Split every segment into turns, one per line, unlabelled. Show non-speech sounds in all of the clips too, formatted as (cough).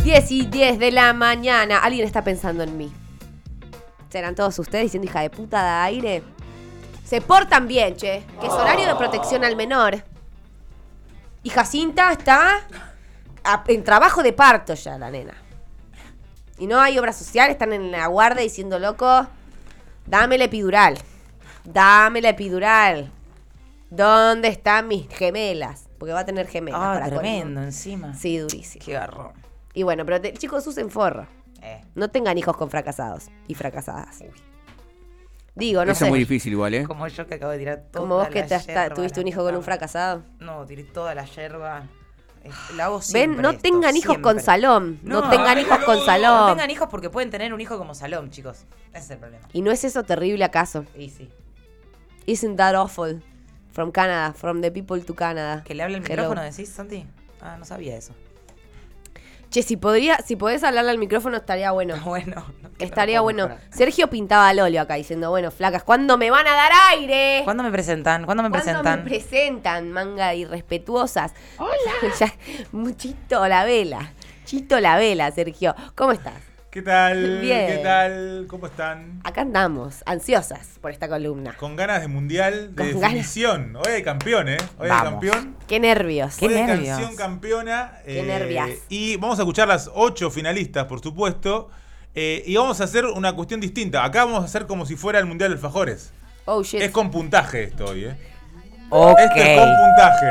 10 y 10 de la mañana. Alguien está pensando en mí. ¿Serán todos ustedes diciendo hija de puta de aire? Se portan bien, che. Que es horario de protección al menor. Y Jacinta está a- en trabajo de parto ya, la nena. Y no hay obra social, están en la guardia diciendo, loco, dame la epidural. Dame la epidural. ¿Dónde están mis gemelas? Porque va a tener gemelas.
Ah,
para colmo.
tremendo, encima.
Sí, durísimo.
Qué garrón.
Y bueno, pero te- chicos, usen forro.
Eh.
No tengan hijos con fracasados y fracasadas. Digo, no
Eso
sé.
es muy difícil igual, ¿eh?
Como yo que acabo de tirar toda
Como vos que
la
te hasta-
yerba,
tuviste
la
un hijo con un
puta madre.
fracasado.
No, tiré toda la yerba. Eh, La hago
Ven,
siempre
no
esto,
tengan hijos con
siempre.
salón. No,
No,
tengan
ay,
hijos con salón.
No tengan hijos porque pueden tener un hijo como Salom, chicos. Ese es el problema.
¿Y no es eso terrible acaso?
Y sí.
Isn't that awful? From Canada, from the people to Canada.
Que le hable el
Hello.
micrófono, decís, Santi. Ah, no sabía eso. (laughs)
Che, si podría, si podés hablarle al micrófono estaría bueno.
Bueno. no te lo
Estaría
puedo
bueno.
mejorar.
Sergio pintaba al óleo acá diciendo, bueno, flacas, ¿cuándo me van a dar aire?
¿Cuándo me presentan? ¿Cuándo me
¿Cuándo
presentan?
me presentan, manga de irrespetuosas? (laughs) Hola. chito la vela. Chito la vela, Sergio. ¿Cómo estás?
¿Qué tal?
Bien.
¿Qué tal? ¿Cómo están?
Acá andamos, ansiosas por esta columna.
Con ganas de mundial, de
Con ganas.
definición. Hoy hay campeón, ¿eh? Hoy hay
Vamos.
campeón.
Qué nervios.
Qué
Hoy hay
nervios.
canción campeona. eh,
Qué nervias.
Y vamos a escuchar las ocho finalistas, por supuesto. Eh, y vamos a hacer una cuestión distinta. Acá vamos a hacer como si fuera el mundial de alfajores.
Oh, shit.
Es con puntaje esto hoy, ¿eh?
Ok.
Esto Este es Este con puntaje.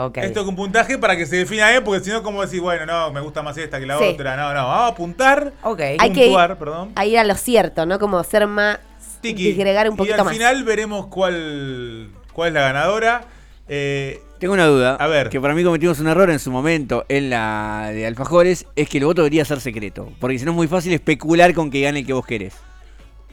Ok.
Esto es con puntaje para que se defina, ¿eh? Porque si no, como decir, bueno, no, me gusta más esta que la
Sí.
otra. No, no, vamos a apuntar.
Ok.
Hay que
puntuar,
ir-
perdón.
a ir a lo cierto, ¿no? Como ser más.
Tiki.
Disgregar un
y
poquito
al
más.
final veremos cuál, cuál es la ganadora. Eh,
Tengo una duda.
A ver.
Que para mí cometimos un error en su momento en la de Alfajores, es que el voto debería ser secreto. Porque si no es muy fácil especular con que gane el que vos querés.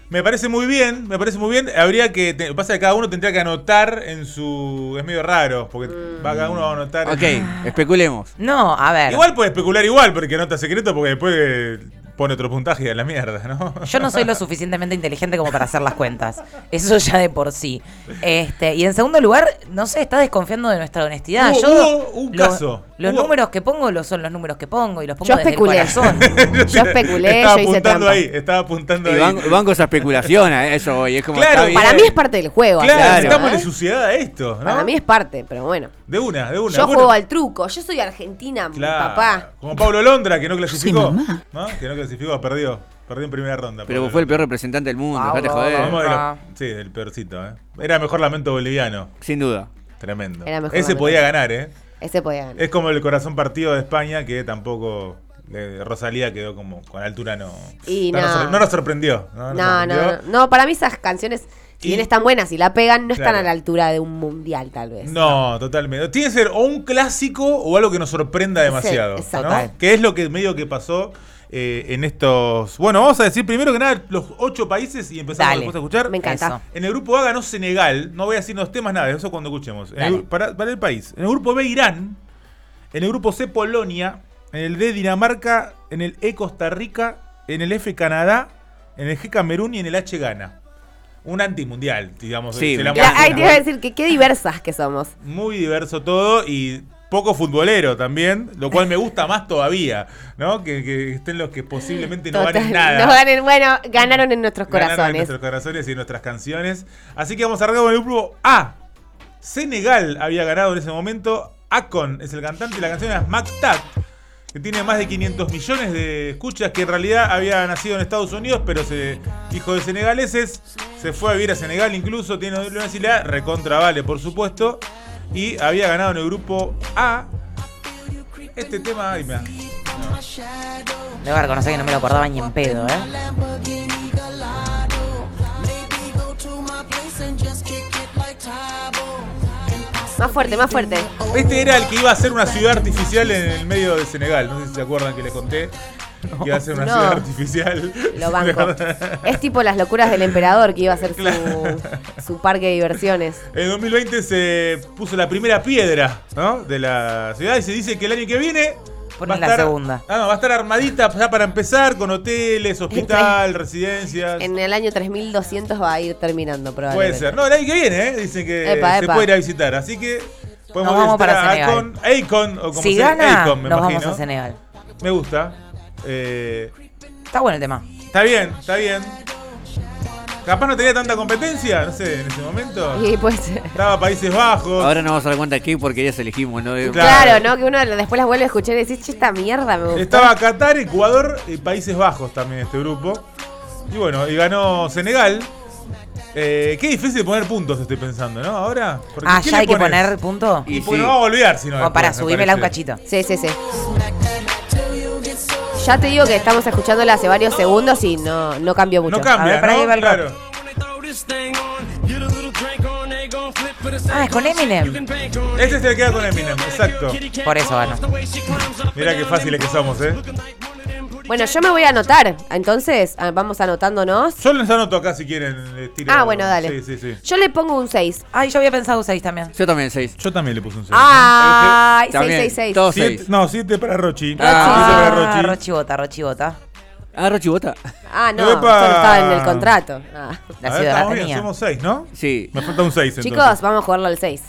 me parece muy bien, me parece muy bien. Habría que. te- pasa que cada uno tendría que anotar en su. Es medio raro, porque va cada uno a anotar. en-
Ok,
Ah.
especulemos.
No, a ver.
Igual puede especular igual, porque anota secreto, porque después eh, pone otro puntaje y a la mierda, ¿no?
Yo no soy lo suficientemente inteligente como para hacer las cuentas. Eso ya de por sí. Este, y en segundo lugar, no sé, está desconfiando de nuestra honestidad.
Hubo-
Yo
hubo un
lo-
caso.
Los
Hubo-
números que pongo los son los números que pongo y los pongo
Yo
desde el
especulé.
(laughs)
corazón.
Yo especulé,
estaba
yo hice
apuntando
trampa.
ahí, estaba apuntando
Y
ahí.
banco, banco esa especulación, a eso voy. Es como
Claro,
está bien.
Para mí es parte del juego.
Claro,
así,
necesitamos
¿no?
la suciedad a esto, ¿no?
Para mí es parte, pero bueno.
De una, de una.
Yo
Bueno,
juego al truco. Yo soy argentina, mi
Claro.
papá.
Como Pablo Londra, que no clasificó.
mamá.
¿no? Que no clasificó, perdió. Perdió en primera ronda.
Pero
Pablo
fue el peor representante del mundo, dejate
Pablo,
joder.
Vamos de los-
Ah.
sí, el peorcito, ¿eh? Era mejor lamento boliviano.
Sin duda.
Tremendo.
Era mejor
Ese
lamento.
podía ganar, ¿eh?
Ese podía ganar.
Es como el corazón partido de España, que tampoco. eh, Rosalía quedó como con altura, no.
Y
no,
no.
nos sor- no nos sorprendió. No, nos
No, no,
sorprendió.
no. No, para mí esas canciones, si
Y-
bien están buenas y la pegan, no están
Claro.
a la altura de un mundial, tal vez.
No, totalmente. Tiene que ser o un clásico o algo que nos sorprenda demasiado.
exacto.
¿no? Que es lo que medio que pasó eh, en estos. Bueno, vamos a decir primero que nada los ocho países y empezamos
Dale.
después a escuchar.
Me encanta.
Eso.
En el grupo A ganó Senegal. No voy a decir los temas nada, eso cuando escuchemos. En el
Dale.
gru- para, para el país. En el grupo B, Irán. En el grupo C, Polonia. En el D, Dinamarca. En el E, Costa Rica. En el F, Canadá. En el G, Camerún. Y en el H, Ghana. Un antimundial, digamos.
Sí,
se la
mundial.
La-
muestro.
ay, te iba a decir que qué diversas que somos.
Muy diverso todo y poco futbolero también, lo cual me gusta más todavía, ¿no? Que, que estén los que posiblemente no
Total,
ganen nada.
no ganen- bueno, ganaron en nuestros
Ganaron en
corazones.
nuestros corazones y en nuestras canciones. Así que vamos a arrancar con el grupo A. Senegal había ganado en ese momento. Akon es el cantante y la canción es Maktat, que tiene más de 500 millones de escuchas, que en realidad había nacido en Estados Unidos, pero se hijo de senegaleses, se fue a vivir a Senegal incluso, tiene doble nacionalidad, recontra vale, por supuesto, y había ganado en el grupo A. Este tema, ay, mirá.
Debo reconocer que no me lo acordaba ni en pedo, ¿eh?
Más fuerte, más fuerte.
Este era el que iba a hacer una ciudad artificial en el medio de Senegal. No sé si se acuerdan que les conté. Que iba a hacer una
No.
ciudad artificial.
Lo banco. Es tipo las locuras del emperador que iba a ser su, su parque de diversiones.
(laughs) En 2020 se puso la primera piedra ¿no? de la ciudad y se dice que el año que viene.
Ponen la segunda.
Ah, no, va a estar armadita ya para empezar con hoteles, hospital, residencias.
En el año 3200 va a ir terminando
Puede
probablemente.
ser. No, el año que viene, ¿eh? dicen que
Epa,
se
epa.
puede ir a visitar. Así que podemos
Nos vamos
visitar
para
a
Senegal.
Akon, Akon, o como
Si
se
gana,
Akon, me
nos
imagino.
vamos a Senegal.
Me gusta. Eh,
Está bueno el tema.
está bien, está bien. Capaz no tenía tanta competencia, no sé, en ese momento.
Y pues.
Estaba Países Bajos.
Ahora nos vamos a dar cuenta qué porquerías elegimos, ¿no? Eh,
Claro.
Claro, ¿no? Que uno después las vuelve a escuchar y decís, che, esta mierda me gusta.
Estaba Qatar, Ecuador y Países Bajos también este grupo. Y bueno, y ganó Senegal. Eh, qué difícil poner puntos, estoy pensando, ¿no? Ahora. Porque
Ah,
¿qué
ya
le
hay que
pones?
poner punto.
Y
Porque
sí.
no vamos a olvidar, si no.
O para
después, me
subírmela un
parece.
cachito.
Sí, sí, sí. Ya te digo que estamos escuchándola hace varios segundos y no, no cambió mucho.
No cambia,
A ver, para
¿no?
ahí va el
Claro.
rock. Ah, es con Eminem.
Este se le queda con Eminem, exacto.
Por eso ganó.
Mirá qué fáciles que somos, ¿eh?
Bueno, yo me voy a anotar. Entonces, ah, vamos anotándonos.
Yo les anoto acá si quieren. les tiro-
Ah, bueno, dale.
Sí, sí, sí.
Yo le pongo un 6.
Ay, yo había pensado seis también.
Yo también, seis.
Yo también le puse un 6.
Ah,
Ay,
También,
666.
todos
Siete-
seis.
no, 7 para Rochi.
Ah,
Siete
Ah,
para Rochi.
Rochibota, Rochibota.
Ah, Rochi vota.
Ah, no,
Epa.
esto no estaba en el contrato. Ah.
La
A ver,
ciudad la
estamos bien,
tenía.
somos 6, ¿no?
Sí.
Me falta un 6 entonces.
Chicos, vamos a jugarlo al 6.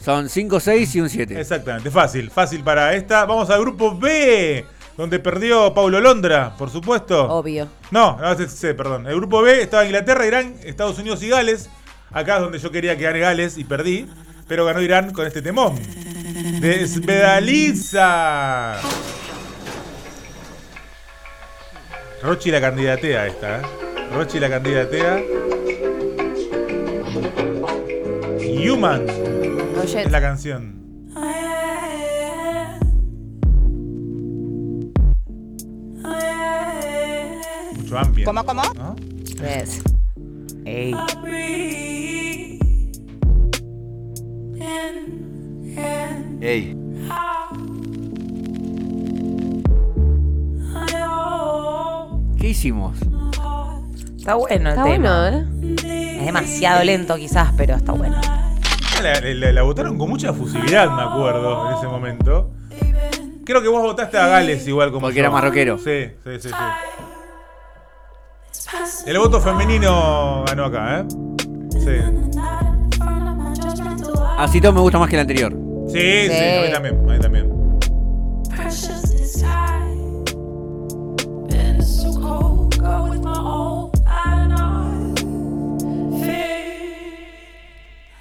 Son cinco, seis y un siete.
Exactamente, fácil, fácil para esta. Vamos al grupo B, donde perdió Paulo Londra, por supuesto.
Obvio.
No, no, es el C, perdón. El grupo B estaba Inglaterra, Irán, Estados Unidos y Gales. Acá es donde yo quería que gane Gales y perdí, pero ganó Irán con este temón. Desvedaliza. Rochi la candidatea esta, ¿eh? Rochi la candidatea. Human
Oye,
es la canción. Mucho amplia.
¿Cómo, cómo?
¿no?
es-
Ey.
Ey.
¿Qué hicimos?
Está bueno el
Está
tema.
bueno, ¿eh?
Es demasiado lento quizás, pero está bueno.
La, la- la- la votaron con mucha fusividad, me acuerdo, en ese momento. Creo que vos votaste a Gales igual como
Porque
yo.
era marroquero.
Sí, sí, sí, sí. El voto femenino ganó acá, ¿eh? Sí.
Así Ah, todo me gusta más que el anterior.
Sí, sí,
Sí.
a mí también, a mí también.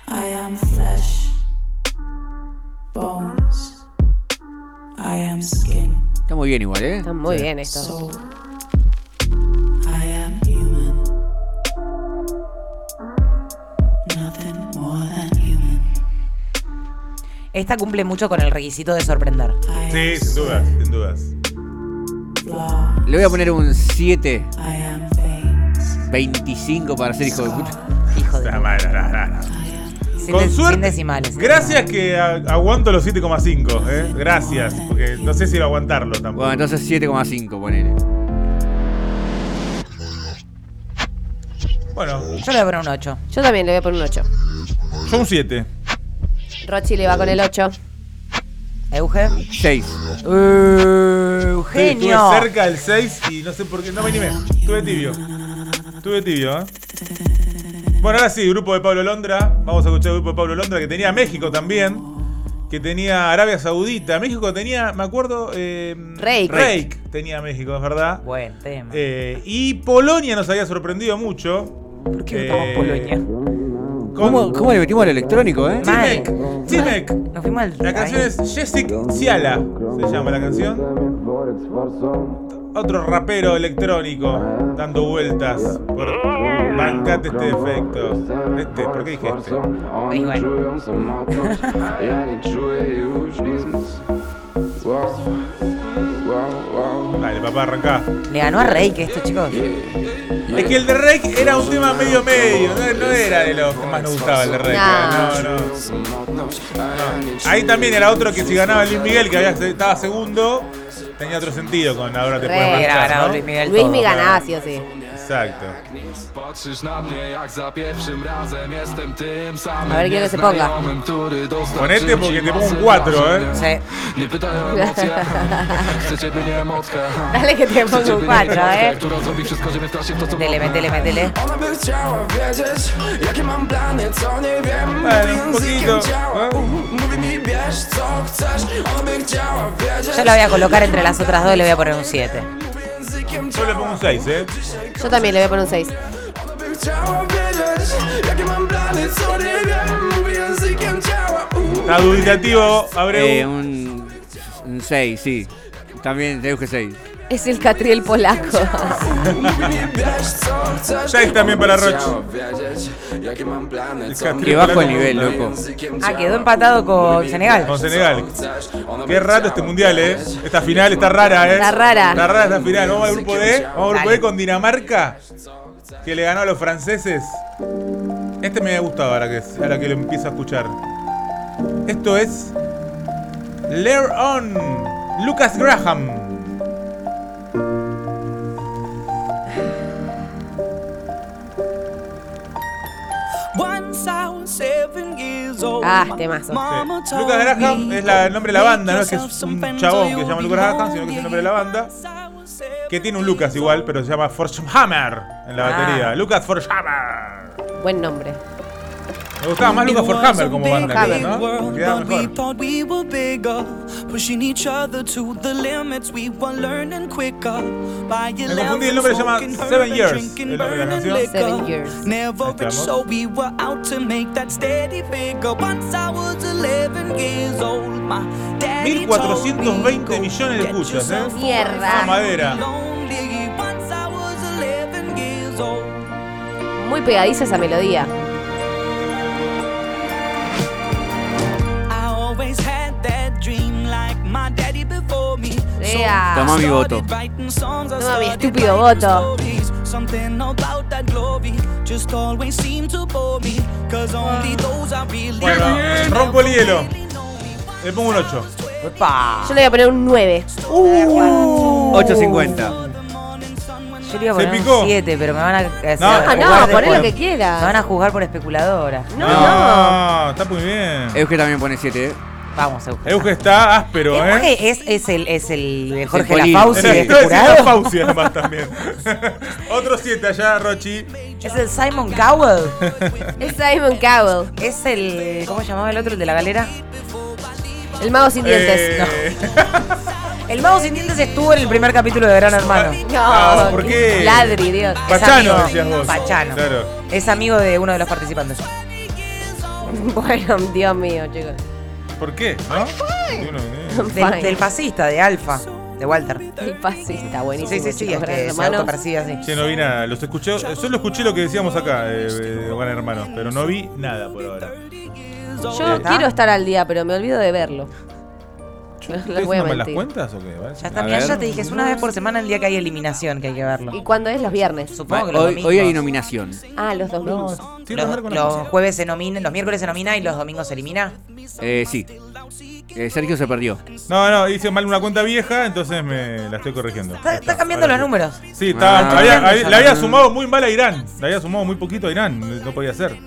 I am flesh, bones. I am skin,
Está muy bien igual, ¿eh?
Está muy bien esto.
soul. I am human. Nothing more than human.
Esta cumple mucho con el requisito de sorprender.
I
Sí,
am
sin dudas, sin dudas.
flaw.
Le voy a poner un 7,
I am veins.
25 para ser hijo de puta.
Hijo de.
Está mal, la- la- la-
Sin,
Con
de- sin
suerte.
decimales.
Gracias que a- aguanto los 7,5, ¿eh? Gracias, porque no sé si iba a aguantarlo tampoco.
Bueno, entonces 7,5 ponele.
Bueno,
Yo le voy a poner un 8.
Yo también le voy a poner un 8.
yo un 7.
Rochi le va con el 8.
Euge.
6.
Sí,
Eugenio.
Estuve cerca del 6 y no sé por qué. No me animé. Estuve tibio. Estuve tibio, ¿eh? Bueno, ahora sí, grupo de Pablo Londra. Vamos a escuchar el grupo de Pablo Londra, que tenía México también. Que tenía Arabia Saudita. México tenía, me acuerdo. Eh,
Reik.
Reik tenía México, es verdad.
Buen tema.
Eh, y Polonia nos había sorprendido mucho.
¿Por qué
eh,
votamos Polonia?
¿Cómo, cómo le metimos al electrónico, eh?
Mal.
Chimek. Chimek.
Nos fuimos al.
La canción
ay.
es Jessic Ciala, se llama la canción. Otro rapero electrónico dando vueltas por bancate este efecto. Este, ¿por qué dije este?
Igual.
Dale, papá, arrancá.
Le ganó a Rey que esto, chicos.
Es que el de Rake era un tema medio medio, no, no era de los que más nos gustaba el de Rake.
No.
No, no, no. Ahí también era otro que si ganaba Luis Miguel, que había, estaba segundo, tenía otro sentido con ahora te
Re.
puedes
Hubiera
marchar,
ganado
¿no?
Luis Miguel.
Luis
todo,
mi
pero-
ganaba, ah, sí o sí.
Exacto.
A ver, quiero que se ponga.
Ponete porque te pongo un 4, ¿eh?
Sí.
Dale que te pongo un 4, ¿eh?
Métele, métele, métele.
Ona by chciała wiedzieć, jakie mam plany, co nie wiem
Ale
Mówi językiem
poquito,
ciała,
¿eh?
u, mówi mi bierz co chcesz Ona by chciała wiedzieć
Yo la voy a colocar entre las otras dos y le voy a poner un 7.
językiem
Yo le pongo un 6, ¿eh?
Yo también le voy a poner un 6.
Ona by chciała wiedzieć, jakie mam plany, co
(laughs)
nie wiem Mówi językiem ciała, u,
Está dubitativo, Abreu.
Eh, un 6, sí. También te dije 6.
Es el Catriel polaco.
mówi mi bierz co chcesz
Seis también
Ona by
para Roch.
chciała wiedzieć, jakie mam plany, co
Catriel
nie
Que
wiem
bajo el nivel, loco.
językiem
Ah, quedó
ciała,
empatado con Senegal.
Con Senegal.
chcesz Ona by
Qué raro este
chciała
mundial, ¿eh?
wiedzieć,
Esta final está rara, ¿eh?
Está rara.
Está rara esta final. Vamos al grupo D. Vamos al grupo D con Dinamarca, que le ganó a los franceses. Este me ha gustado ahora que, es- ahora que lo empiezo a escuchar. Esto es. Lair On. Lucas Graham.
Once I was seven years old.
Ah, temazo.
Mama
Sí.
told
Lucas Graham
me,
es la- el nombre de la banda, no es que
"Make
es un
yourself some
chabón
friends
que se llama Lucas
or you'll
Graham, sino que es el nombre de la banda,
be lonely." Once I was seven
Que tiene un Lucas igual, pero se llama Hammer en la
Ah.
batería. Lucas Hammer.
(laughs) Buen nombre.
Me gustaba más Lucas
It was
Hammer
a
como banda,
big,
creo,
big
¿no?
world,
Quedaba
but we
mejor.
thought we were bigger, pushing each other to the limits. We were learning quicker. By
Me confundí, el nombre se llama Seven Years, el nombre de la canción.
Seven Years.
Never rich,
Estamos.
so we were out to make that steady figure. Once I was 11 years old, my daddy told me,
1420
"Go
millones de
get
escuchas,
yourself
¿eh?
a
Mierda.
boyfriend."
Madera.
Lonely, once I was 11 years old.
Muy pegadiza esa melodía.
I always had that dream like my daddy before me.
Ea.
Toma mi voto.
Toma mi estúpido voto.
Something about that glory just always seemed to bore me. Cause only those I really
Bueno,
love
rompo el hielo.
really know me.
Le pongo un 8.
Opa.
Yo le voy a poner un 9.
Uh. 8.50.
Yo le iba a
Se
poner
picó.
un 7, pero me van a. o sea,
No,
Ah,
jugar
no,
de-
poné lo que
bueno.
Me van
quieras.
a juzgar por especuladora.
No, no.
está muy bien.
Euge también pone 7, ¿eh?
Vamos, Euge.
Euge está áspero,
Eh,
¿eh?
Jorge es, es el, es el el Jorge
Polino.
Lafauci
Es
Era-
de
la
este
iba a decir la
jurado.
Fauci además también. (laughs) Otro 7 allá, Rochi.
Es el Simon Cowell.
Es Simon Cowell,
Es el. ¿Cómo se llamaba el otro? El de la galera.
el mago sin dientes.
Eh,
El mago sin dientes estuvo en el primer capítulo de Gran Hermano.
No, ¿por qué?
Ladri, Dios. (laughs)
Ah, Pachano,
amigo.
decías vos.
Pachano.
Claro.
Es amigo de uno de los participantes.
Bueno, Dios mío, chicos.
(laughs) ¿Por qué? ¿No? Uno, eh.
Del, del fascista, de Alfa, de Walter.
El pasista,
Sí,
buenísimo.
sí, sí,
chicos,
es
gran
que se
hermano.
autopercibe así.
Che, no vi nada. Los escuché, solo escuché lo que decíamos acá, eh, eh, Gran Hermano, pero no vi nada por ahora.
Yo quiero estar al día, pero me olvido de verlo. No (laughs) les
¿Ustedes
voy a
no me las
mentir.
cuentas o qué? ¿Vale?
Ya está,
A
mira,
ver.
ya te dije, es una vez por semana el día que hay eliminación que hay que verlo.
¿Y cuándo es? Los viernes.
Supongo que los
Hoy,
domingos.
hoy hay nominación.
Ah, los domingos.
Tiene que
Los,
ver con
los
la-
jueves se nomina, los miércoles se nomina y los domingos se elimina.
Eh, sí. Eh, Sergio se perdió.
No, no, hice mal una cuenta vieja, entonces me la estoy corrigiendo.
Está, está cambiando
Ahora
los
sí.
números.
Sí, estaba,
Ah.
había- había- le había sumado muy mal a Irán. Le había sumado muy poquito a Irán. No podía ser.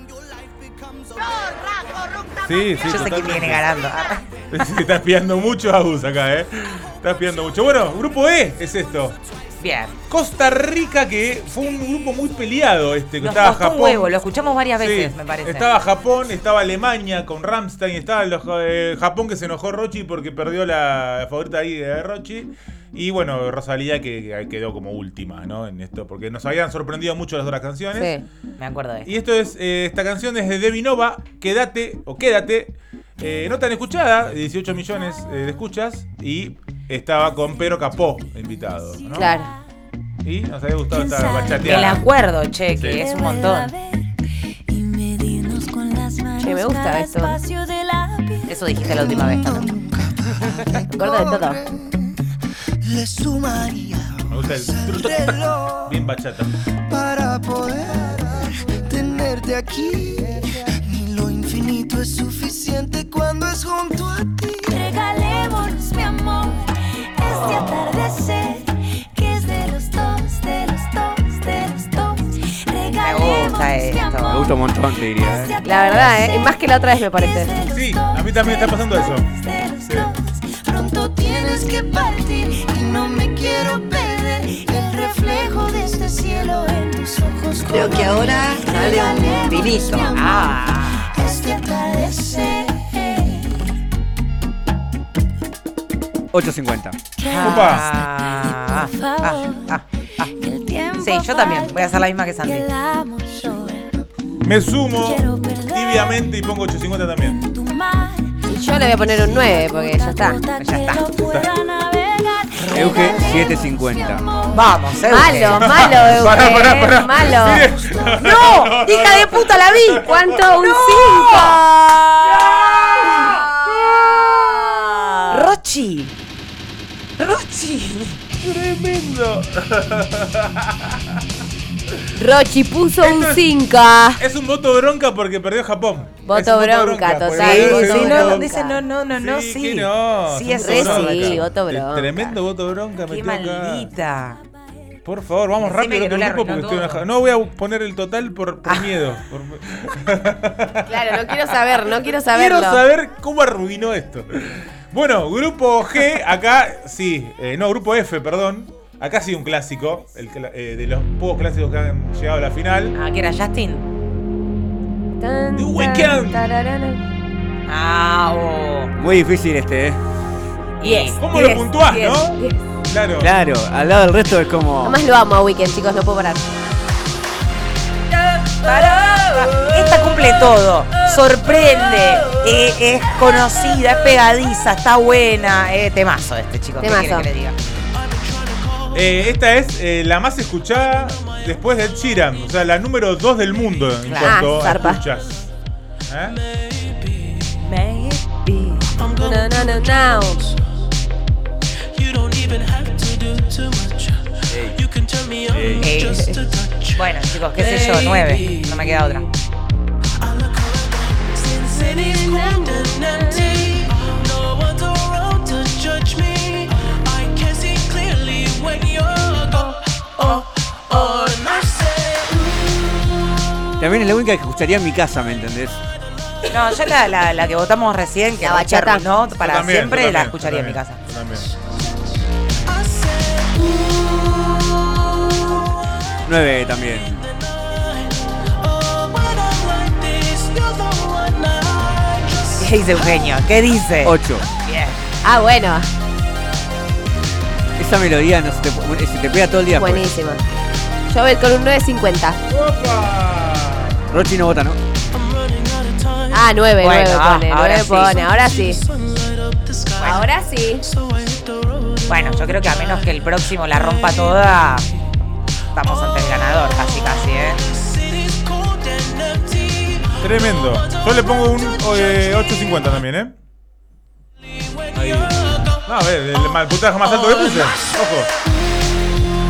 Yo
Sí, sí.
sé quién
totalmente.
viene ganando. Ah,
(laughs) Sí, está espiando mucho Agus acá, ¿eh? Está espiando mucho. Bueno, grupo E es esto.
Ah, Bien.
Costa Rica, que fue un grupo muy peleado este. Que
Nos
estaba
costó
Japón.
un huevo, lo escuchamos varias
Sí,
veces, me parece.
Estaba Japón, estaba Alemania con Ramstein, estaba los- eh, Japón que se enojó Rochi porque perdió la favorita ahí de Rochi. Y bueno, Rosalía que, que quedó como última, ¿no? En esto, porque nos habían sorprendido mucho las otras canciones.
Sí.
Me acuerdo de
Y esto es, eh, esta canción es de Debbie Nova, Quédate o Quédate, eh, no tan escuchada, 18 millones eh, de escuchas, y estaba con Pedro Capó invitado, ¿no?
Claro.
Y nos había gustado esta
Me la
bachateada.
acuerdo, che, que
Sí.
es un montón.
Che, me gusta esto.
Eso dijiste la última vez también.
Me acuerdo de todo.
Le sumaría
Me gusta el...
reloj
Bien bachata.
para poder tenerte aquí. Ni lo infinito es suficiente cuando es junto a ti.
Regalémonos, mi amor,
Oh.
este atardecer que es de los dos, de los dos, de los dos.
cuesta un montón, te diría.
este
¿eh?
La verdad, ¿eh? Y más que la otra vez me parece.
Sí, a mí también está pasando eso.
Pronto tienes que partir y no me quiero perder el reflejo de este cielo en tus ojos.
Creo que ahora sale un vinito.
Ah. Este atardecer.
8.50.
Ah, ah, ah, ah. Sí, yo también. Voy a hacer la misma que Sandy.
Me sumo tibiamente y pongo 850 también.
Yo le voy a poner un 9 porque ya está.
Ya está.
Euge 7.50.
Vamos, Euge. (laughs)
Malo, malo, Euge.
(laughs) Pará, pará,
eh,
pará.
Malo.
Sí.
¡No! ¡Hija de puta la vi! ¿Cuánto? ¡Un
¡Ah!
5!
Rochi. Rochi.
Tremendo.
Rochi puso un
Esto es-
5.
Es un voto bronca porque perdió Japón.
Voto
Es un
bronca,
porque
total,
Sí,
Ay,
perdió
voto
sí,
ese
bronca.
no,
voto.
dice no, no, no, no,
sí,
sí.
que no.
Sí, es
un voto
eso.
sí,
bronca.
voto bronca.
Tremendo voto bronca,
Qué
metió acá.
maldita.
Por favor, vamos
Decime
rápido
que
con
no le
el grupo porque
arruinó todo. Ah.
estoy enojado. No voy a poner el total por, por
(laughs)
miedo. por-
Claro, no quiero saber, no quiero
Quiero
saberlo.
saber cómo arruinó esto. Bueno, grupo G, acá sí, eh, no, grupo F, perdón. Acá sí un clásico, el, cla- eh, de los pocos clásicos que han llegado a la final.
Ah, que era Justin.
Tan,
The
tan,
Weeknd.
tararana.
Ah, oh.
Muy difícil este, ¿eh?
Yes.
¿Cómo
Yes,
lo puntuás,
yes,
no? Oh.
yes.
Claro.
Claro, al lado del resto es como.
Además lo amo a Weekend, chicos, no puedo parar.
Esta cumple todo. Sorprende. eh, es conocida, es pegadiza, está buena. Eh, temazo este, chicos. ¿Qué
Temazo.
quieren que le diga?
Eh, esta es eh, la más escuchada después de Ed Sheeran, o sea, la número 2 del mundo en
Ah,
Claro.
cuanto a
zarpa.
escuchas. ¿Eh?
No, no, no, no.
Eh, bueno, chicos, qué sé yo, nueve. No me queda otra.
Oh,
También es la única que escucharía en mi casa, ¿me entendés?
No, yo la, la- la que votamos recién, que
La
no
bachata.
¿no? Para
Yo también,
siempre
yo
la
también,
escucharía
yo
en mi casa.
también, yo también.
9 también.
oh,
¿Qué dice Eugenio? ¿Qué dice?
8.
Bien.
Ah, bueno,
Esa melodía no se te, pu- eh, se te pega todo el día. pues.
buenísima. Yo voy con un 9.50.
¡Opa!
Rochi no vota, ¿no?
Ah, 9,
Bueno,
9
ah,
pone,
ahora
9
sí.
pone. Ahora sí. Ahora sí.
Bueno, yo creo que a menos que el próximo la rompa toda, estamos ante el ganador, casi, casi, ¿eh?
Tremendo. Yo le pongo un eh, 8.50 también, ¿eh? Ahí. No, a ver, el, mal- puntaje más alto que puse. Ojo.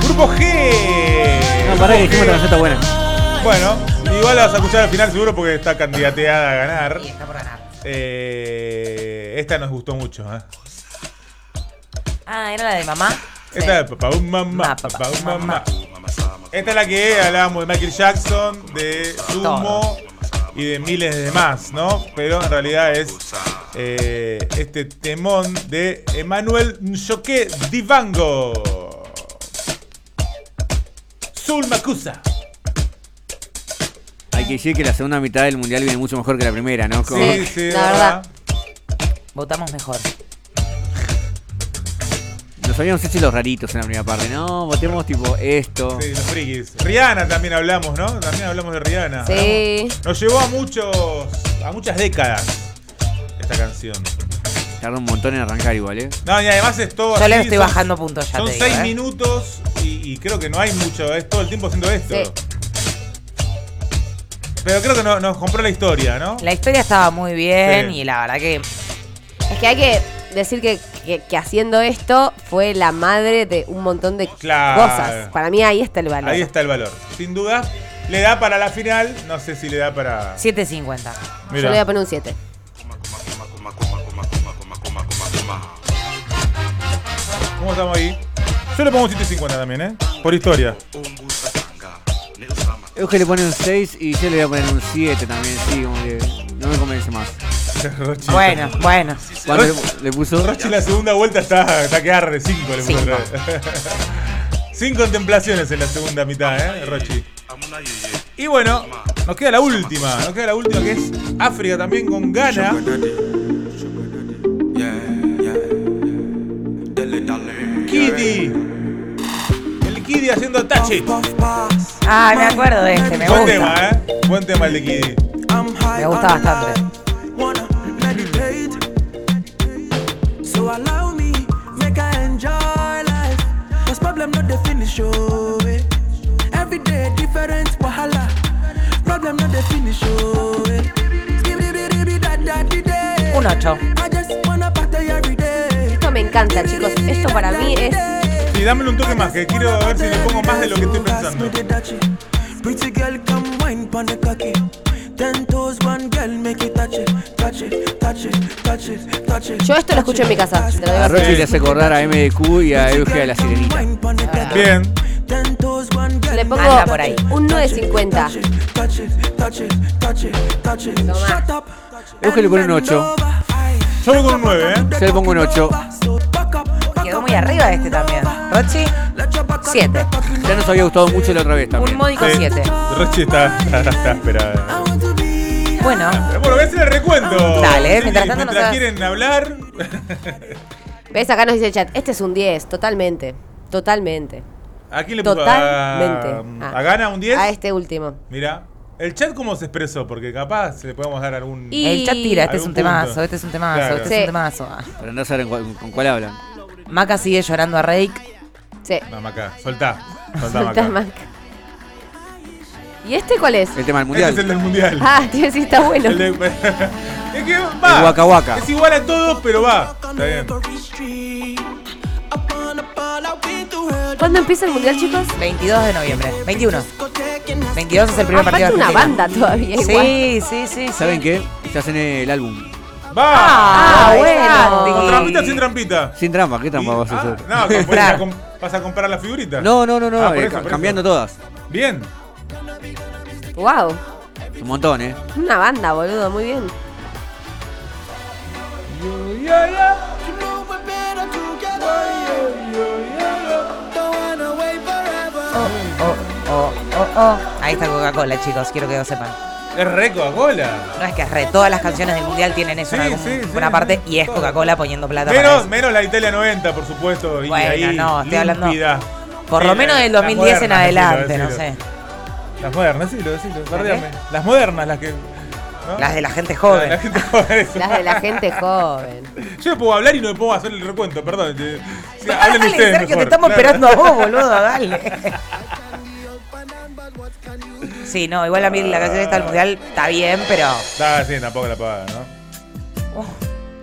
Grupo G.
No, pará que
Grupo
dijimos la
G.
receta buena.
Bueno, igual la vas a escuchar al final seguro porque está candidateada a ganar.
Y está por ganar.
Eh, esta nos gustó mucho, ¿eh?
Ah, era la de mamá.
Esta es papá, un mamá,
Ma, papá,
papá, un
mamá.
mamá. Esta es la que hablábamos de Michael Jackson, de Sumo y de miles de más, ¿no? Pero en realidad es eh, este temón de Emanuel Njoque Divango. Sul Makusa.
Hay que decir que la segunda mitad del mundial viene mucho mejor que la primera, ¿no? Como-
Sí, sí,
la verdad.
Votamos mejor.
Nos habíamos hecho los raritos en la primera parte. No, votemos tipo esto.
Sí, los frikis. Rihanna también hablamos, ¿no? También hablamos de Rihanna.
Sí.
Nos llevó a muchos. a muchas décadas esta canción.
Tardó un montón en arrancar igual, ¿eh?
No, y además es todo
Yo le
así,
estoy
son-
bajando puntos ya,
Son
te digo,
seis
¿eh?
minutos y, y creo que no hay mucho, es todo el tiempo haciendo esto.
Sí.
Pero creo que no- nos compró la historia, ¿no?
La historia estaba muy bien
Sí.
y la verdad que
Es que hay que decir que, que- que haciendo esto fue la madre de un montón de
Claro.
cosas. Para mí ahí está el valor.
Ahí está el valor. Sin duda, le da para la final, no sé si le da para...
7.50.
Yo le
Mira.
voy a poner un 7.
¿Cómo estamos ahí? Yo le pongo un 750 también, ¿eh? Por historia.
Euge le pone un 6 y yo le voy a poner un 7 también, sí, como que no me convence más.
Bueno, bueno.
¿Cuánto le, le puso?
Rochi en la segunda vuelta está, está que arde, 5 le puso otra vez. (laughs) Sin contemplaciones en la segunda mitad, eh, Rochi. Y bueno, nos queda la última, nos queda la última que es África también con Ghana. Kitty. El Kitty haciendo touch
Ah, me acuerdo de este, me
Buen
gusta.
tema, eh. Buen tema el de Kitty.
Me gusta bastante.
So allow me, make I enjoy life. Cause problem not the finish, oh. eh. Every day different wahala. Problem not the finish, oh. eh. Skibidi-bidi-bidi-da-da-di-day.
Un 8.
I just wanna party every day.
Esto me encanta, chicos. Esto para mí es.
Sí, dámelo un toque más, que quiero ver si le pongo más de lo que estoy pensando.
Pretty girl, come wine pon the cocky. Ten toes, one girl, make it touch it, touch it, touch it, touch it, touch it.
Yo esto lo escucho en mi casa. Te lo digo
A
así.
Rochi le hace acordar a MDQ y a Euge a la sirenita.
Bien.
Le pongo
Anda por ahí.
un 9.50. Tomá.
Euge le pone un 8.
Yo voy con un 9, eh.
Yo le pongo un 8.
Quedó muy arriba este también. Rochi, 7.
Ya nos había gustado mucho la otra vez
Un
también.
módico
Sí.
7.
Rochi está, está, está esperada.
Bueno,
Pero Bueno, voy a hacer el recuento.
Dale,
Sí,
mientras tanto nos
mientras
hagas-
quieren hablar.
¿Ves? Acá nos dice el chat. Este es un 10, totalmente. Totalmente.
¿A quién le pongo?
Totalmente.
A,
Ah.
a Gana un 10.
A este último.
Mira, el chat cómo se expresó, porque capaz le podemos dar algún.
Y-
el chat tira. Este es
Algún
un
punto.
temazo, este es un temazo,
Claro.
este
Sí.
es un temazo. Ah.
Para no saber en cuál- con cuál hablan.
Maca sigue llorando a Rake.
Sí.
No, Maca, soltá. Soltá,
Soltá,
Maca.
Maca. ¿Y este cuál es?
El tema del
Este
mundial.
es el del mundial.
Ah, (laughs) tío, sí está bueno.
El de- (laughs) es que va.
El Waka Waka.
Es igual a todos, pero va. Está bien.
¿Cuándo empieza el mundial, chicos?
22 de noviembre. 21. 22 es el primer partido
Aparte
de
Ah, una
Argentina.
banda todavía igual.
Sí, sí, sí. sí.
¿Saben qué? Ya hacen el álbum.
Va.
Ah,
ahí
bueno.
está.
¿Con trampita o sin trampita?
Sin trampa, ¿qué trampa
Y-
vas a
ah,
hacer?
(laughs)
No, com-
Claro.
vas a com- vas a comprar la figurita.
No, no, no, no.
Ah, por
eh,
eso,
ca-
por
cambiando
eso.
todas.
Bien.
Wow.
Es Un montón, ¿eh?
Una banda, boludo, muy bien.
Oh, oh, oh, oh, oh. Ahí está Coca-Cola, chicos, quiero que lo sepan.
Es re Coca-Cola.
No es que es re, todas las canciones del mundial tienen eso en
Sí,
algún-
sí, sí,
una parte
sí,
y es
todo.
Coca-Cola poniendo plata para
Menos,
eso.
menos la Italia 90, por supuesto. y
Bueno,
ahí,
no, estoy hablando-
límpida.
Por lo
Sí,
menos
la-
del
las
2010 en
modernas,
adelante,
decilo,
no sé.
decilo. Las modernas, sí, lo decilo, bardeame. Las modernas, las que. ¿no?
Las de la gente
La, la
joven.
gente
(laughs)
joven, eso.
Las de la gente joven.
Yo no puedo hablar y no me puedo hacer el recuento, perdón. te- sí,
(laughs)
hablen
Dale,
ustedes
Sergio, te
mejor,
estamos
claro.
esperando a vos, boludo,
(laughs)
dale. Sí, no, igual a mí la canción esta del mundial está bien, pero.
Está Ah, sí, tampoco la paga, ¿no?
Uf.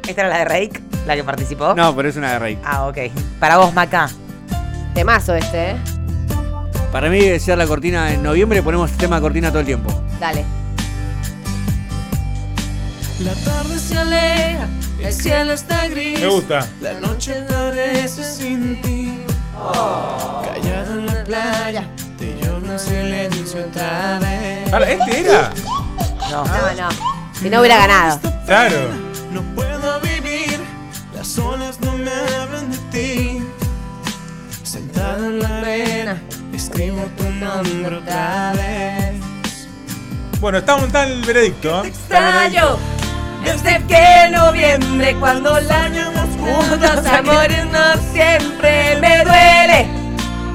esta era la de Rake, la que participó.
No, pero es una de Rey.
Ah, ok. Para vos, Maca.
Temazo este, ¿eh?
Para mí, ser la cortina en noviembre, ponemos tema de cortina todo el tiempo.
Dale.
La tarde se aleja, el cielo está gris.
Me gusta.
La noche adorece sin ti. Callado en la playa, te lloro en silencio otra vez.
Ahora, ¿este era?
No.
No, no. Si no hubiera ganado.
Claro.
No puedo vivir, las olas no me hablan de ti. Sentado en la arena, escribo tu nombre otra vez.
Bueno, está, está el veredicto. ¿eh? Está el veredicto.
extraño desde que noviembre cuando el año nos
(laughs)
juntos amores no siempre me duele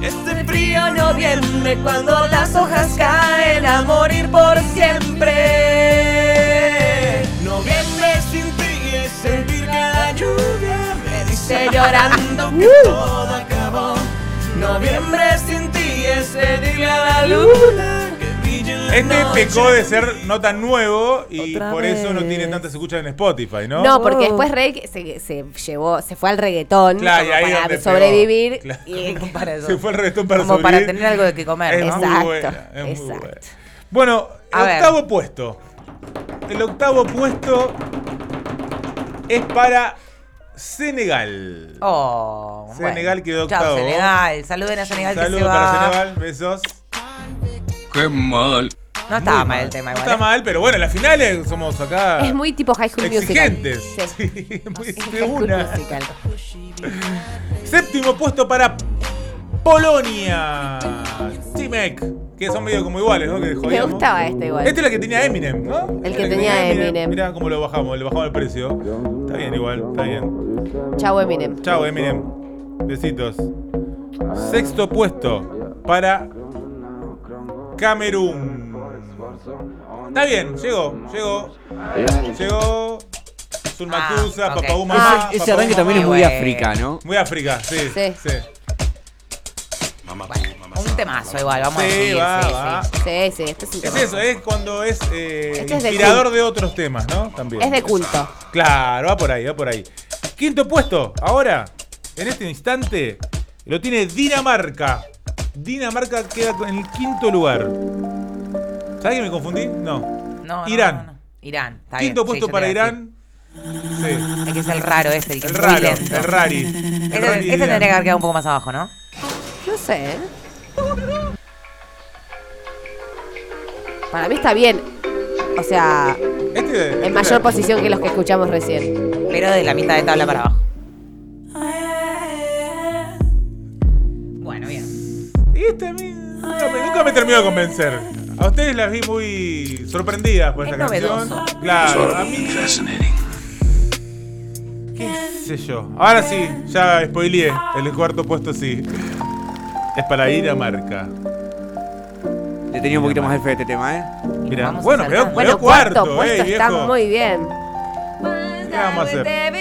este frío noviembre cuando las hojas caen a morir por siempre noviembre sin ti es sentir cada lluvia
(laughs)
me dice llorando que
Uh.
todo acabó noviembre sin ti es pedirle a la luna que brille en la
Este
noche.
pecó de ser no tan nuevo y
Otra
por eso no
vez.
tiene tantas escuchas en Spotify, ¿no?
No, porque después Rey se, se llevó, se fue al reggaetón
Claro, y
como
ahí
para
donde pegó.
sobrevivir.
Claro.
Y
Como para eso.
Se fue el reggaetón para
Como para
sobrevivir.
tener algo de que comer,
Es
¿no?
muy
Exacto,
buena, es muy
exacto.
buena. Bueno, el
A ver.
octavo puesto. El octavo puesto es para Senegal.
Oh,
Senegal quedó
Chao,
octavo.
Senegal. Saluden a Senegal que se
Saludos
va.
para Senegal, besos.
Qué mal.
No estaba mal, el tema
No
igual. ¿eh?
está mal, pero bueno, en las finales somos acá.
Es muy tipo High School
exigentes.
Musical. Sí.
(laughs) Sí, muy
Es
de
High School
una.
Musical.
Séptimo puesto para Polonia. Timek, que son medio como iguales, ¿no?
Me
Que jodíamos.
gustaba este igual.
Este es la que tenía Eminem, ¿no?
El
Esta
que
es la
tenía Eminem.
Mirá cómo lo bajamos, le bajamos el precio. Está bien igual, está bien.
Chau, Eminem.
Chao, Eminem. Besitos. Sexto puesto para Camerún. Está bien, llegó, llegó. Llegó. Zulmatusa,
Ah, ok.
Papauma.
Ah.
Ese arranque también es muy
Bueno.
África, ¿no?
Muy África, sí.
Sí.
Sí,
Un temazo igual, vamos a
Sí,
decir.
va,
sí,
va.
sí.
Sí, sí, este es un
Es
tema.
eso, es cuando es eh,
Este es de
inspirador
culto.
de otros temas, ¿no? También.
Es de culto.
Claro, va por ahí, va por ahí. Quinto puesto, ahora, en este instante, lo tiene Dinamarca. Dinamarca queda en el quinto lugar. ¿Sabes que me confundí? No.
No, no,
Irán.
no, no. Irán. está bien,
Quinto
sí,
puesto
yo te
para
iba a decir.
Irán. Sí.
Es que es el raro este, el que
El
es muy
raro,
lento.
el rari. El
Este,
rari
este
Irán.
tendría que haber quedado un poco más abajo, ¿no?
No sé. ¿eh? Para mí está bien. O sea,
Este- este
en mayor
era-
posición que los que escuchamos recién.
Pero de la mitad de tabla para abajo. Bueno, bien.
Este a mí nunca me, nunca me terminó de convencer. A ustedes las vi muy sorprendidas por
Es
esta canción.
novedoso.
Claro, a mí. ¿Qué sé yo? Ahora sí, ya spoileé. El cuarto puesto sí. Es para ir a marca.
Le tenía un poquito más de fe a este tema, ¿eh?
Mirá,
Vamos a
bueno,
saltar.
quedó,
Bueno,
Bueno,
quedó
cuarto,
cuarto,
puesto
eh,
está
viejo.
muy bien.
¿Qué vamos a hacer?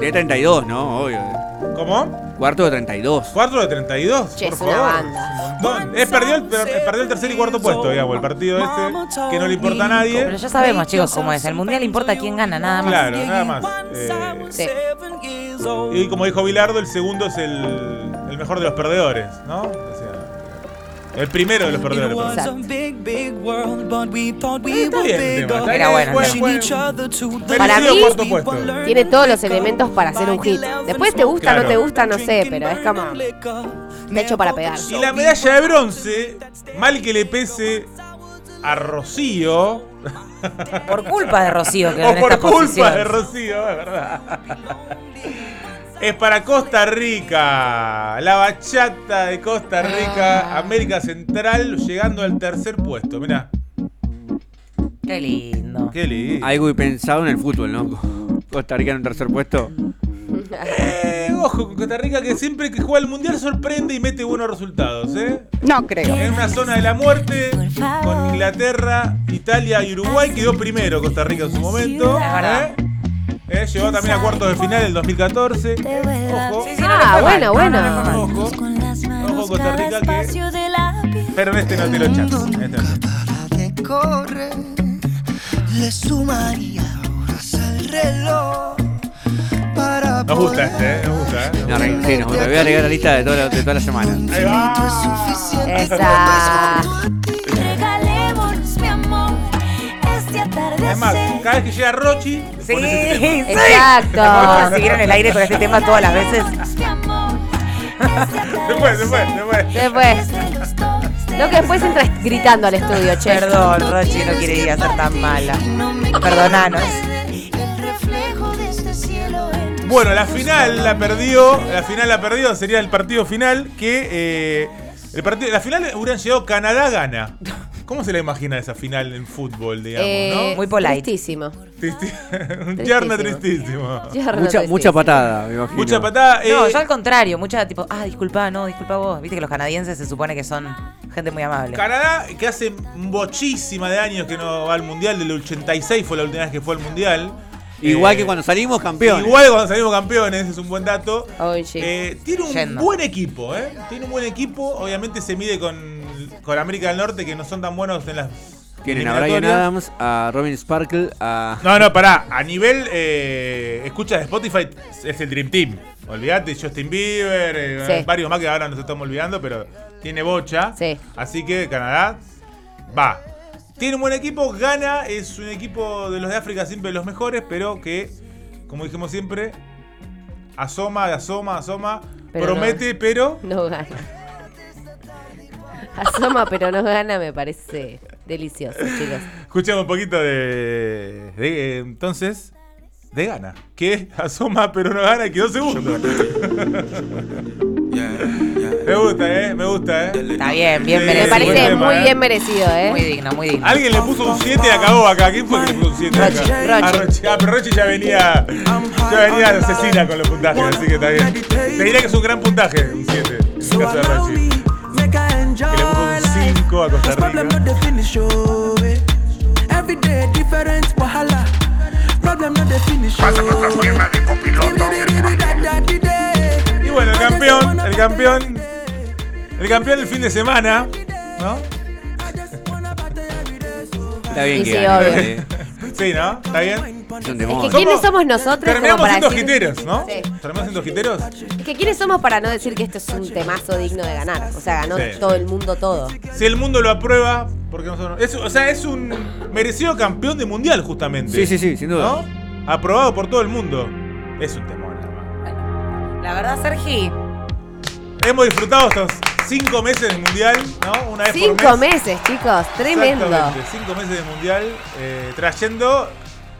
De 32, ¿no? Obvio. eh.
¿Cómo?
Cuarto de 32.
¿Cuarto de 32?
Che,
por
es una
favor.
banda.
(laughs) Es un montón. Eh, perdió, el, per- perdió el tercer y cuarto puesto, digamos. El partido este, que no le importa a
Pero
nadie.
ya sabemos, chicos, cómo es. El mundial importa quién gana, nada más.
Claro, nada más. Eh,
Sí.
Y como dijo Bilardo, el segundo es el, el mejor de los perdedores, ¿no? O sea, el primero de los perdedores. perdón.
Exacto.
Está bien el tema, está
Era
bien,
bueno,
fue-
¿no?
fue-
Para
merecido
mí-
cuarto puesto.
Tiene todos los elementos para hacer un hit. Después te gusta, no
Claro.
te gusta, no sé, pero es como techo para pegar.
Y la medalla de bronce, mal que le pese a Rocío,
Por culpa de Rocío, que en
(laughs) o por
esta
culpa
posición.
de Rocío, es verdad. Es para Costa Rica, la bachata de Costa Rica, América Central, llegando al tercer puesto. Mirá,
Qué lindo.
qué lindo.
Algo y pensado en el fútbol, ¿no? Costa Rica en un tercer puesto.
Eh, ojo, con Costa Rica que siempre que juega el mundial sorprende y mete buenos resultados, ¿eh?
No creo.
En una zona de la muerte, con Inglaterra, Italia y Uruguay, quedó primero Costa Rica en su momento.
Es verdad.
¿eh? Eh, llegó también a cuartos de final el 2014. Ojo,
Sí, sí, no le
Ah,
fue
bueno,
mal. No, no, no,
bueno.
no.
ojo.
Con las manos
Costa
cada
Rica que-
espacio de la piel.
Pero en este no tiene chance. en este no.
que corre le sumaría horas al reloj para
Nos gusta este, ¿eh? nos gusta. ¿eh?
No, re- sí, no, te voy a agregar la lista de toda la, de toda la semana.
Ahí va.
Esa.
Regalémonos, mi amor, este atardecer.
Es más, cada vez que llega Rochi,
Sí,
pones este tema.
sí.
Exacto.
Vamos a seguir en el aire con este tema todas las veces.
Regalémonos, mi amor, este
(laughs) (laughs) se fue, se fue,
atardecer.
se fue.
Después.
Desde los dos de
Lo que después entras gritando al estudio, che.
Perdón, Rochi, no quería ser tan mala. Perdonanos.
El reflejo de este cielo en tus
Bueno, la
ojos.
final la perdió. La final la perdió. Sería el partido final que. eh, el partido, la final hubieran llegado Canadá-Gana. ¿Cómo se la imagina esa final en fútbol, digamos,
Eh, (laughs)
no? Ah.
Muy polite.
Tristísimo.
Tristi- (laughs) Un tierno tristísimo.
Tierno,
Mucha,
tristísimo.
mucha patada, me imagino.
Mucha patada. eh,
No, yo al contrario, mucha tipo, ah, disculpa, no, disculpa vos. Viste que los canadienses se supone que son gente muy amable.
Canadá, que hace bochísima de años que no va al mundial, del 86 fue la última vez que fue al mundial.
Igual
Eh,
que cuando salimos campeón.
Igual cuando salimos campeones, ese es un buen dato.
Oh, sí.
Eh, tiene un
Yendo.
buen equipo, ¿eh? Tiene un buen equipo. Obviamente se mide con, con América del Norte, que no son tan buenos en las.
Tienen a Brian
eliminatorias.
Adams, a Robin Sparkle, a.
No, no, pará. A nivel eh, escucha de Spotify es el Dream Team. Olvídate, Justin Bieber, eh,
Sí.
varios más que ahora nos estamos olvidando, pero tiene bocha.
Sí.
Así que Canadá va. Tiene un buen equipo, gana, es un equipo de los de África siempre los mejores, pero que, como dijimos siempre, asoma, asoma, asoma,
Pero
promete, pero
No gana. Asoma, pero no gana, me parece delicioso, chicos.
Escuchamos un poquito de, de- Entonces, de gana. Que (laughs) asoma, pero no gana, quedó segundo. (laughs) me gusta, ¿eh? Me gusta, ¿eh?
Está bien, bien
Sí,
Me
merecido.
parece
buen tema,
muy
¿eh?
bien merecido,
Muy
¿eh?
digno, muy digno.
Alguien le puso un 7 y la cagó acá. ¿Quién fue que le puso un 7 acá?
Rochi,
Ah, Rochi. Ah, pero Rochi ya venía. Ya venía asesina con los puntajes, así que está bien. Te diría que es un gran puntaje, un 7. En el caso de Rochi.
Make I enjoy
Que le puso un
life.
5 a
Cause
Costa
problem
Rica.
not the finish, oh eh. Every day different wahala. Problem not the finish, oh eh.
Y bueno, el campeón, el campeón. El campeón el fin de semana, ¿no?
Está bien
Y
que
sí,
gane,
obvio.
eh.
Sí, ¿no? ¿Está bien?
Es un
Es que
demonio.
quiénes somos nosotros como
Terminamos
para
siendo
decir...
jiteros, ¿no?
Sí.
Terminamos siendo jiteros.
Es que quiénes somos para no decir que esto es un temazo digno de ganar. O sea, ganó
Sí.
todo el mundo todo.
Si el mundo lo aprueba, porque nosotros no. Es- o sea, es un merecido campeón de mundial, justamente.
Sí, sí, sí, sin duda.
¿No? Aprobado por todo el mundo. Es un temor, la verdad.
Ah. La verdad, Sergi,
Hemos disfrutado estos cinco meses de mundial, ¿no? Una vez
Cinco
por mes.
meses, chicos. Tremendo.
Exactamente, Cinco meses de mundial eh, trayendo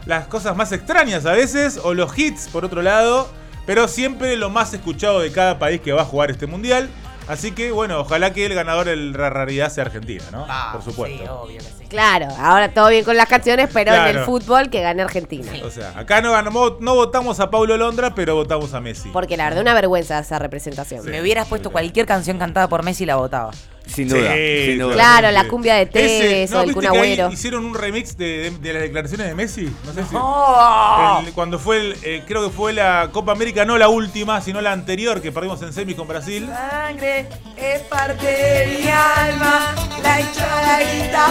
las cosas más extrañas a veces o los hits por otro lado, pero siempre lo más escuchado de cada país que va a jugar este mundial. Así que bueno, ojalá que el ganador de la raridad sea Argentina, ¿no? por supuesto.
Ah, Sí, obvio que sí.
Claro, ahora todo bien con las canciones, pero en
Claro.
el fútbol que gane Argentina.
O sea, acá no, ganamos- no votamos a Paulo Londra, pero votamos a Messi.
Porque la verdad, una vergüenza esa representación.
Sí.
Me hubieras puesto cualquier canción cantada por Messi y la votaba.
Sin duda.
Sí,
sin duda.
Claro, la cumbia de
Ese-
Tevez o del
¿viste
Kun
que ahí
Agüero.
Hicieron un remix de, de- de las declaraciones de Messi. No sé si.
¡Oh!
el- cuando fue el, eh, creo que fue la Copa América, no la última, sino la anterior que perdimos en semis con Brasil.
Sangre es parte de mi alma, la hinchada grita,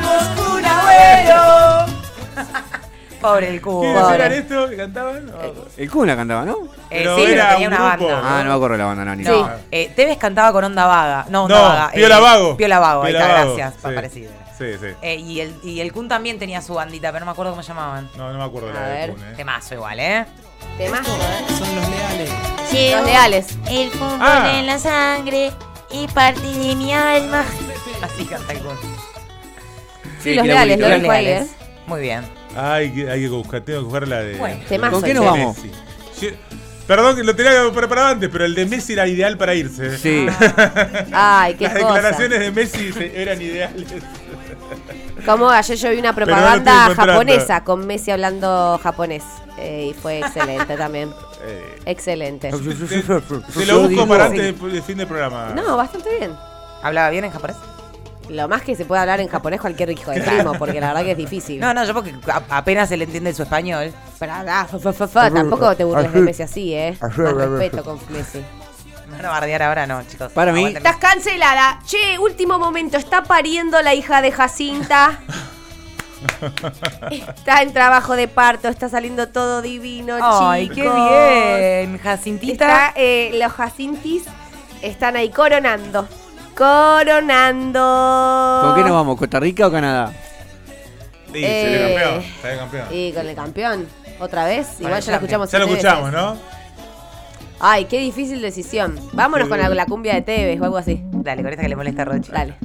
vamos, Kun Agüero. (laughs) Pobre el cubo.
¿Quiénes eran
pobre.
esto? que ¿Cantaban? No.
El Kun la cantaba, ¿no?
Eh,
Pero
sí, pero
era
tenía
un
una
grupo.
banda.
Ah, no me acuerdo la banda, no, ni
No,
nada.
eh, Tevez cantaba con Onda Vaga. No, Onda
No,
Vaga.
Piola
eh,
Vago.
Piola Vago, ahí
Piola
está,
Vago,
gracias.
sí.
Parecido.
Sí, sí.
Eh, y, el, y el Kun también tenía su bandita, pero no me acuerdo cómo llamaban.
No, no me acuerdo la
A
de
ver.
Kun, eh.
Temazo igual, ¿eh?
Temazo, ¿eh?
Son los leales.
Los leales.
El fútbol
Ah.
en la sangre y parte de mi alma.
Así canta el Kun.
Sí, los leales,
Los
lo dijo ahí, ¿eh?
leales. Muy bien.
Ay, que- hay que buscar, tengo que buscar la de.
Bueno.
Temazo.
¿Con qué nos
ese.
vamos?
Messi. Yo- Perdón que lo tenía preparado antes, pero el de Messi era ideal para irse.
Sí.
Ay, qué
Las
cosa.
declaraciones de Messi se- eran ideales.
Como ayer yo vi una
no lo
propaganda
estoy encontrando.
japonesa con Messi hablando japonés. Eh, y fue excelente también.
Eh,
Excelente.
(laughs) Te lo busco para antes
Sí.
de- del fin del programa.
No, bastante bien.
¿Hablaba bien en japonés?
Lo más que se puede hablar en japonés cualquier hijo de primo, porque la verdad que es difícil.
No, no, yo porque a- apenas se le entiende su español.
Pero, ah, fa, fa, fa, fa, tampoco te burles de Messi así, ¿eh? Más respeto con Messi.
No van a bardear ahora, no, chicos.
Para mí-
Aguanten.
Estás cancelada. Che, último momento. Está pariendo la hija de Jacinta. Está en trabajo de parto. Está saliendo todo divino,
Ay,
chicos.
qué bien, Jacintita.
Está, eh, los Jacintis están ahí coronando. Coronando.
¿Con qué nos vamos? ¿Costa Rica o Canadá?
Sí, salió
Eh.
campeón. salió campeón.
Y con el campeón. ¿Otra vez? Igual
Bueno,
ya la escuchamos.
Ya lo
siete
escuchamos,
veces.
¿no?
Ay, qué difícil decisión. Vámonos con la, la cumbia de Tevez o algo así.
Dale, con esta que le molesta a Rochi.
Dale.